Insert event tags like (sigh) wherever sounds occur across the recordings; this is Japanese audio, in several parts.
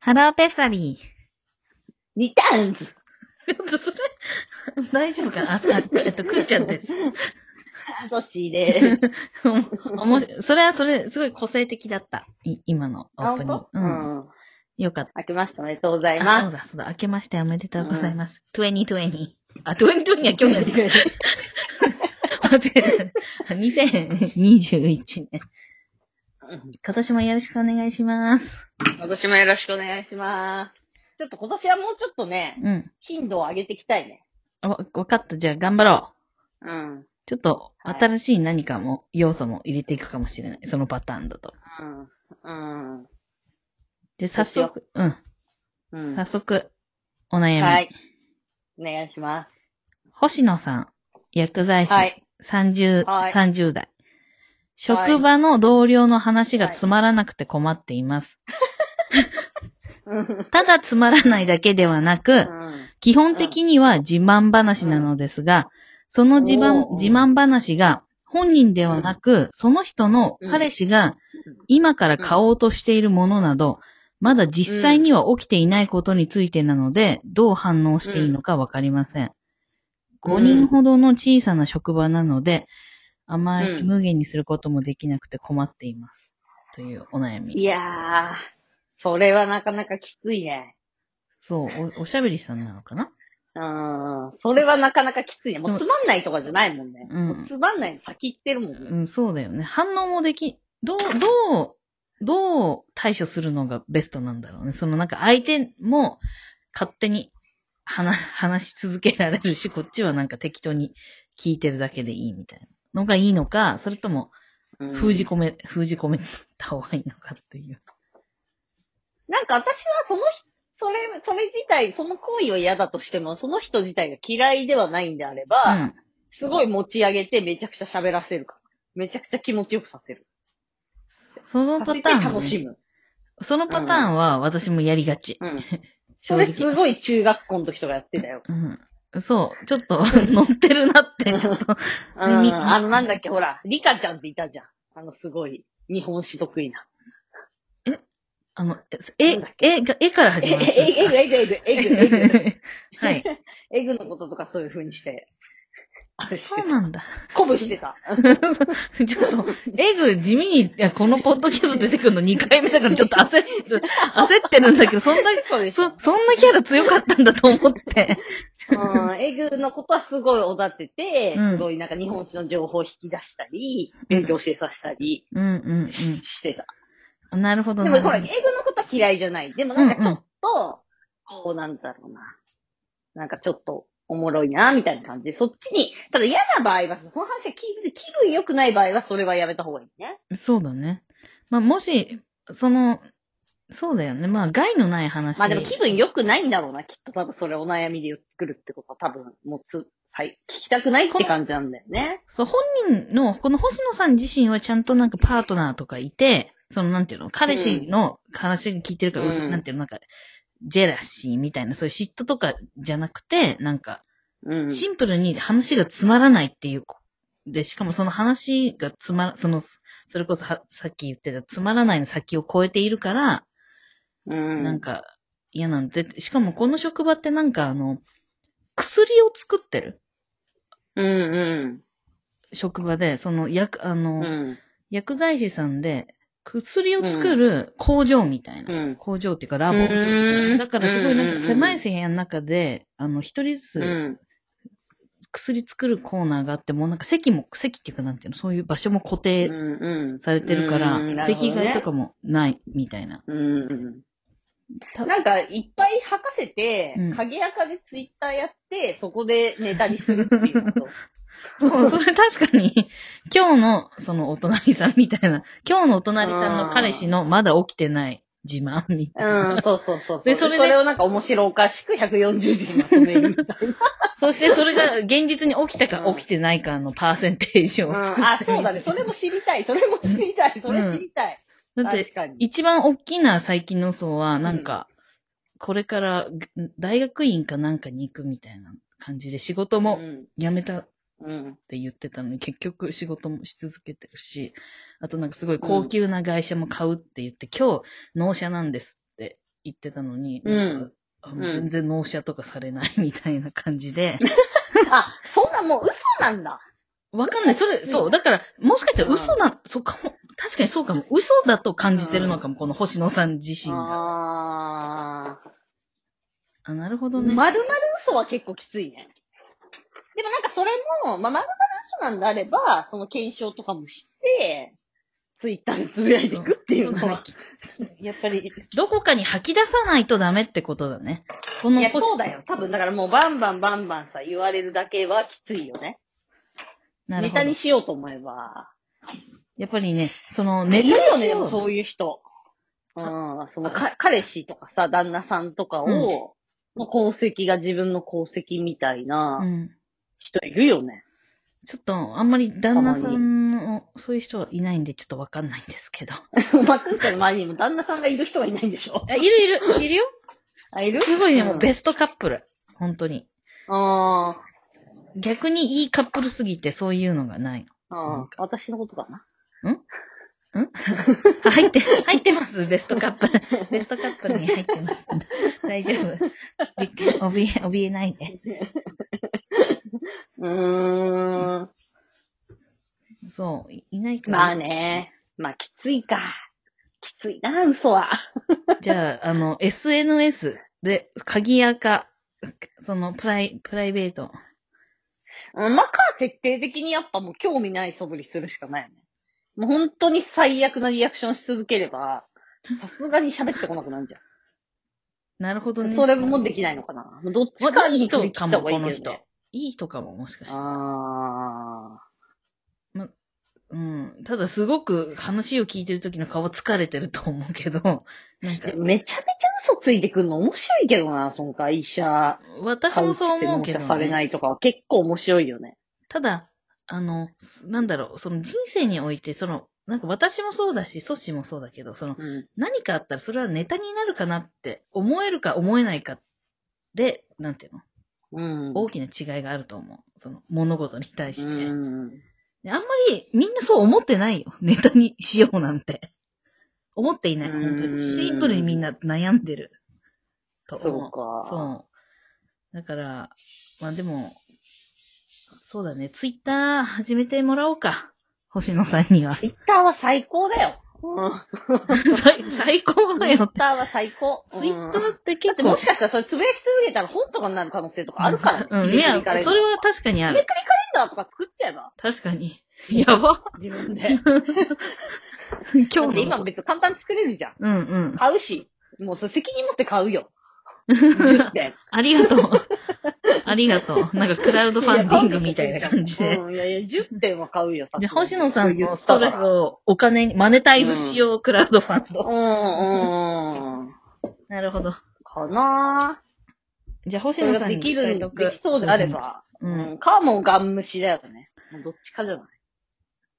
ハローペッサリリターンズー。それ、大丈夫かなあ、あえっと、くーちゃんです。トシで。おもし、それはそれ、すごい個性的だった。い今のオあ、ープニほんングと。ううん。ん。よかった。明けましておめでとうございあ、そまうす。だ、そうだ。明けましておめでとうございます。2020。あ、2020は去年 (laughs) で。間違えた。2021年。うん今年もよろしくお願いします。今年もよろしくお願いします。ちょっと今年はもうちょっとね、うん。頻度を上げていきたいね。わ、わかった。じゃあ頑張ろう。うん。ちょっと、はい新しい何かも、要素も入れていくかもしれない。そのパターンだと。うん。で、早そうしよ速、うん。う早ん。速、お悩み。はい。お願いしま星野さん、薬剤す。師、はい。 30、はい30代。職場の同僚の話がつまらなくて困っています。うん。ただつまらないだけではなく、基本的には自慢話なのですが、その自慢お、ー自慢話が本人ではなく、その人の彼氏が今から買おうとしているものなど、まだ実際には起きていないことについてなので、どう反応していいのかわかりません。うん5人ほどの小さな職場なので、あまりうん無限にすることもできなくて困っています。というお悩いみ。やー、それはなかなかきついね。そう、おおしゃべりさんなのかなうん。それはなかなかきついね。もうつまんないとかじゃないもんね。うんもつまんないの先行ってるもんね。うん、そうだよね。反応もでき、どう、どう、どう対処するのがベストなんだろうね。そのなんか相手も勝手に話、 (laughs) 話し続けられるし、こっちはなんか適当に聞いてるだけでいいみたいなのがいいのか、それともうん封じ込め、封じ込めた方がいいのかっていう。なんか私はその人、それ、それ自体、その行為は嫌だとしても、その人自体が嫌いではないんであれうば、ん。すごい持ち上げてめちゃくちゃ喋らせるから。めちゃくちゃ気持ちよくさせる。そのさパせタてーンは楽ね、しむ。そのパターンは私もやりがち。うん。正それす直。ごい中学校の時とかやってたよ。うん。そう。ちょっと (laughs) 乗ってるなって、ちょっと。うん。みあの、なんだっけ、ほら、リカちゃんっていたじゃん。あの、すごい、日本史得意な。あの、なえんだっ、え、が絵からえ始ぐ、まるやつですか。えぐ、えぐ、えぐ、えぐ、えぐ。 (laughs) はい。 (laughs) えぐのこととかそういう風にして、あれしそてうた。なんだ。 (laughs) 鼓舞してた。ちょっと、エグ地味に、いやこのポッドキャスト出てくるの2回目だからちょっと焦って (laughs) る、焦ってるんだけど、そんな、そうでし (laughs) ょそ、そんなキャラ強かったんだと思 (laughs) って。 (laughs) うん、エグのことはすごいおだてて、うんすごいなんか日本史の情報を引き出したり、うん勉強教えさせたりうんうんし,、てた。うん。なるほどでなもほら、エるグほのことは嫌いじゃない。でもなんかちょっと、こうなんだろうな。なんかちょっとおもろいな、みたいな感じで、そっちに、ただ嫌な場合は、その話が聞いてて気分良くない場合はそれはやめた方がいいね。どそうだね。まあ、もし、その、そうだよね。まあ、害のない話。まあでも気分良くないんだろうな、きっと多分それお悩みで言ってくるってことは多分、もうつ、はい、聞きたくないって感じなんだよね。そう、本人の、この星野さん自身はちゃんとなんかパートナーとかいて、そのなんていうの、彼氏の話が聞いてるから、うずうんなんていうの、なんか、ジェラシーみたいな、そういう嫉妬とかじゃなくて、なんか、うん。シンプルに話がつまらないっていう、で、しかもその話がつまら、その、それこそはさっき言ってたつまらないの先を超えているから、うん。なんか嫌なんで、しかもこの職場ってなんかあの、薬を作ってるうんう職場で、その薬、あの、ん。うん。薬剤師さんで、薬を作る工場みたいな。うん。工場っていうかラボ。うんだからすごいなんか狭いす部屋の中で、あの、一人ずうつん。薬作るコーナーがあって、もうなんか席も、席っていうかなんていうの、そういう場所も固う定んうん。されてるから、うん席替えと。かもないみたいな。なるほどねうんたうん。なんか、いっぱい吐かせてうん、鍵垢でツイッターやって、そこでネタにするっていう (laughs) こと。そう、それ確かに、今日のそのお隣さんみたいな、今日のお隣さんの彼氏のまだ起きてない自慢みたいな。うん、そうそうそう。でで、そそれでれをなんか面白おかしく140字にまとめるみ (laughs) たいそしてそれが現実に起きたうかん起きてないかのパーセンテージをな。作っうてん。あ、みそうだね。 (laughs) それも知りたい。それも知りたい。それ知りたい。だって、確かに。一番大きな最近の層は、なんか、これからぐ大学院かなんかに行くみたいな感じで、仕事うもん。辞めたっうん。て言ってたのに、結局仕事もし続けてるし、あとなんかすごい高級な会社も買うって言って、今日、納車なんですって言ってたのに、うんなんかあのうん全然納車とかされないみたいな感じ (laughs) で。あ、そんなもう嘘なんだ。わかんない。それ、そう。だから、もしかしたら嘘な、そうかも。確かにそうかも。嘘だと感じてるのかも、この星野さん自身が。ああ。あ、なるほどね。丸々嘘は結構きついね。でもなんかそれも、まあ、丸々嘘なんであれば、その検証とかもして、ツイッターでつぶやいていくっていうのは、やっぱり、どこかに吐き出さないとダメってことだね。このいや、星そうだよ。多分、だからもうバンバンバンバンさ、言われるだけはきついよね。なるネほどタに。しようと思えば。やっぱりね、その、ネネタタによしね、でよもう。そういう人。うん、そのか、彼氏とかさ、旦那さんとかを、の功績が自分の功績みたいなうん。人いるよね。ちょっと、あんまり旦那さんを、そういう人はいないんで、ちょっとわかんないんですけど。 (laughs) マくんちゃんの周りにも旦那さんがいる人はいないんでしょあいるいる、いるよ。あ、いるすごいね、もうベスストカップル。本当に。ト。あ逆にいいカップルすぎてそういうのがないーあー、私のことかな。あ入って、入ってます、ベストカップ。ベストカップに入ってます。大丈夫。びっくり怯え、怯えないで。うーん。そう、いいないから。まあね。まあ、きついか。きついな、嘘は。じゃあ、あの、SNS で、鍵垢、その、プライ、プライベート。うんまあ、か、徹底的にやっぱもう興味ない素振りするしかないよね。もう本当に最悪なリアクションし続ければ、さすがに喋ってこなくなるじゃなるほどん。ね。それもできないのかな。どっちかまあいにい振り人切かったも、方がいこいのけど人ね。。いい人かも、もしかして。あうん。ただ、すごく話を聞いてる時の顔疲れてると思う (laughs) けど、なんかー。、めちゃめちゃ嘘ついてくるの面白いけどな、その会社。私もそう思うけど、カウチで納車ね。されないとかは結構面白いよね。ただ、あの、すなんだろう、その人生において、その、なんか私もそうだし、ソシもそうだけど、その、うん。何かあったらそれはネタになるかなって思えるか思えないかで、なんていうのうん。大きな違いがあると思う。その、物事に対して。うん。であんまりみんなそう思ってないよ。 (laughs) ネタにしようなんて。思っていない。うん本当に。シンプルにみんな悩んでる。とそう思う。か。そう。だから、まあでも、そうだね、ツイッター始めてもらおうか。星野さん (laughs) には。ツイッターは最高だよ。うん。最 (laughs) 最高ツだイッよ。ターは最高。ツイッタうんーってだ結って構。もしかしたらそれつぶやき続けたら本とかになる可能性とかあるからね。うん、いや、日々それは確かにあカレンダー日々る。カレンダーとか作っちゃえば確かに。やば。自分で。(laughs) 今日だって今の。別に簡単に作れるじゃん。うんうん。買うし。もうそれ責任持って買うよ。10点。 (laughs) ありがとう。ありがとう。なんかクラウドファンディングみたいな感じで。うん、いやいや、10点は買うよ。さすがじゃにあ、星野さんのストレスをお金に、マネタイズしよう、クラウドファンうド。ん、うん。なるほど。かなぁ。じゃあ、星それ野がさんでにき伝える、とでく。きそうであれば、う。うんん、かもガン虫だよね。もうどっちかじゃな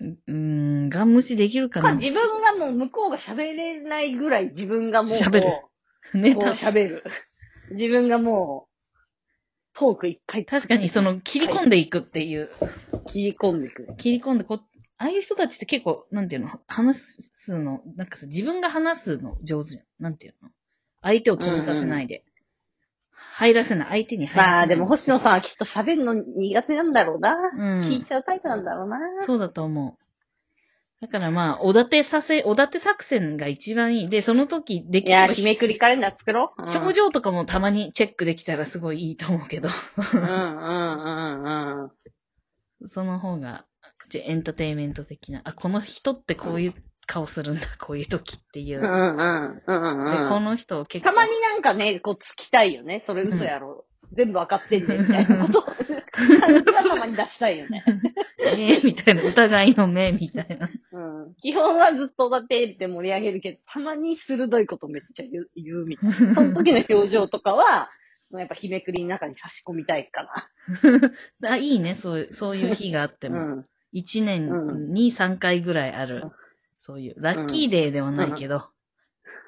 うーん、ガン無視できるかい。か、な自分がもう向こうが喋れないぐらい自分がもう、喋るこうね、こうた喋る。自分がもう、トーク一回確かにその、切り込んでいくっていう。切り込んでいく。切り込んでこ、ああいう人たちって結構、なんていうの、話すの、なんかさ、自分が話すの上手じゃん。なんていうの。相手を止めさせないで。入らせない。相手に入らせない。まあでも星野さんはきっと喋るの苦手なんだろうな。うん聞いちゃうタイプなんだろうな。そうだと思う。だからまあ、おだてさせ、おだて作戦が一番いい。で、その時でいきやー、日めくりカレンダー作ろう。うん症状とかもたまにチェックできたらすごいいいと思うけど。 (laughs) うんうんうんうん。その方が、じゃエンターテインメント的な、あ、この人ってこういう顔するんだ、こういう時っていう。うんうんうんうんうでん。この人を結構。たまになんかね、こう、つきたいよね。それ嘘やろ。全部わかってんねんみたいなことを、感じがたまに出したいよね。目 (laughs) みたいな、疑いの目みたいな。うん。基本はずっとだってって盛り上げるけど、たまに鋭いことめっちゃ言う、言うみたいな。その時の表情とかは、やっぱ日めくりの中に差し込みたいか (laughs) あ、いいね、そういう、そういう日があってな。も。うん。一、年に3回ぐらいある、そういう、ラッキーデーではないけど、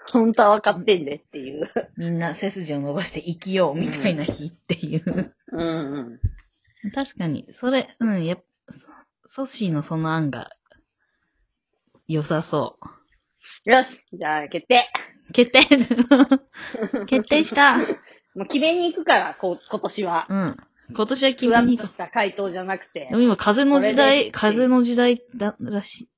本当はわかってんでっていう。みんな背筋を伸ばして生きようみたいな日っていう。うんうん。確かに、それ、うん、やっソソシーのその案が、良さそう。よしじゃあ、決定決定決 (laughs) 定した。 (laughs) もう決めに行くから、こ今年は。うん。今年はふわ君っにと。した回答じゃなくてで。も今、風の時代、これで風の時代だ、らしい。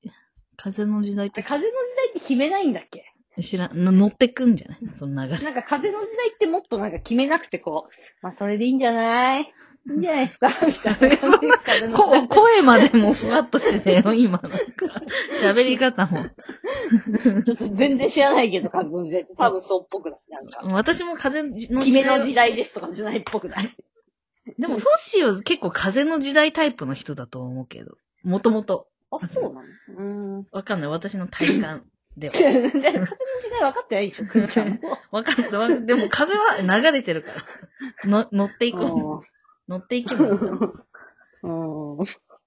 風の時代って風の時代って決めないんだっけ知らん、の乗ってくんじゃないその流れ。なんか風の時代ってもっとなんか決めなくてこう、まあそれでいいんじゃないいいんじゃないですかみた (laughs) いなそんな風の時こ代。声までもふわっとしてたよ、今。なんか、喋り方も。ちょっと全然知らないけど、風の時代って多分そうっぽくだし、なんか。私も風の時代。決めの時代ですとかじゃないっぽくない。でも、ソッシーは結構風の時代タイプの人だと思うけど。もともと。あ、そうなのうわかんない。私の体感では。ーん。なんで風の時代分かっ (laughs) てないでしょ、くんちゃんも。わかんないわ。でも風は流れてるから。の乗っていこう。乗っていけばいい。うん。うん。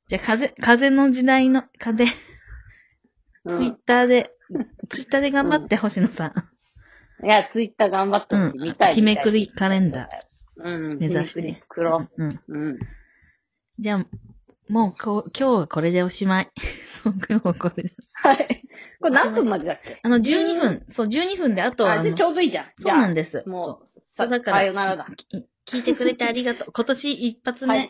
じゃあ風、風の時代の、風、ツイッターで、ツイッターで頑張って、星野さん。いや、ツイッター頑張ってうほんしい。見た。い。日めくり。りカレンダうん。目指して日めくり黒。ー。うん。うん。じゃあ、もうこう、今日はこれでおしまい。 (laughs) 今日はこれで。はい。これ何分までだっけあの、12分、そう、12分で、あとはあ、あでの、ちょうどいいじゃん。そうなんでです。もうそうさそうだからさよならだ。き聞いてくれてありがとう。今年一発は目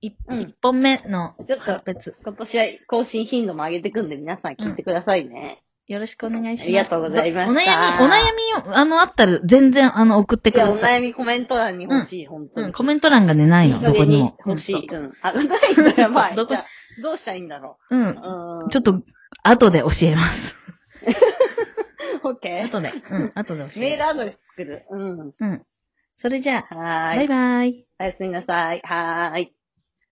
い、一うん一本目のちょっ発と、別。今年は更新頻度も上げてくんで、皆さん聞いてくださいね。よろしくお願いします。ありがとうございましたお悩み、お悩みを、あの、あったら、全然、あの、送っていくや、だおさい。悩みコメント欄に欲しい、本当うん、に。コメント欄がね、ないいの、いど加こ減ににも。欲しうんい。うん。あ、 (laughs) ないんだ、やばい。どこじゃあどうしたらいいんだろうう。ん。うん。ちょっと、後で教えます。と、オッケー。後で。うん、後で教メえールまアドレス作る。うん。す。うん。それじゃあ、はバーイい。バイ。おやすみなさい。はーい。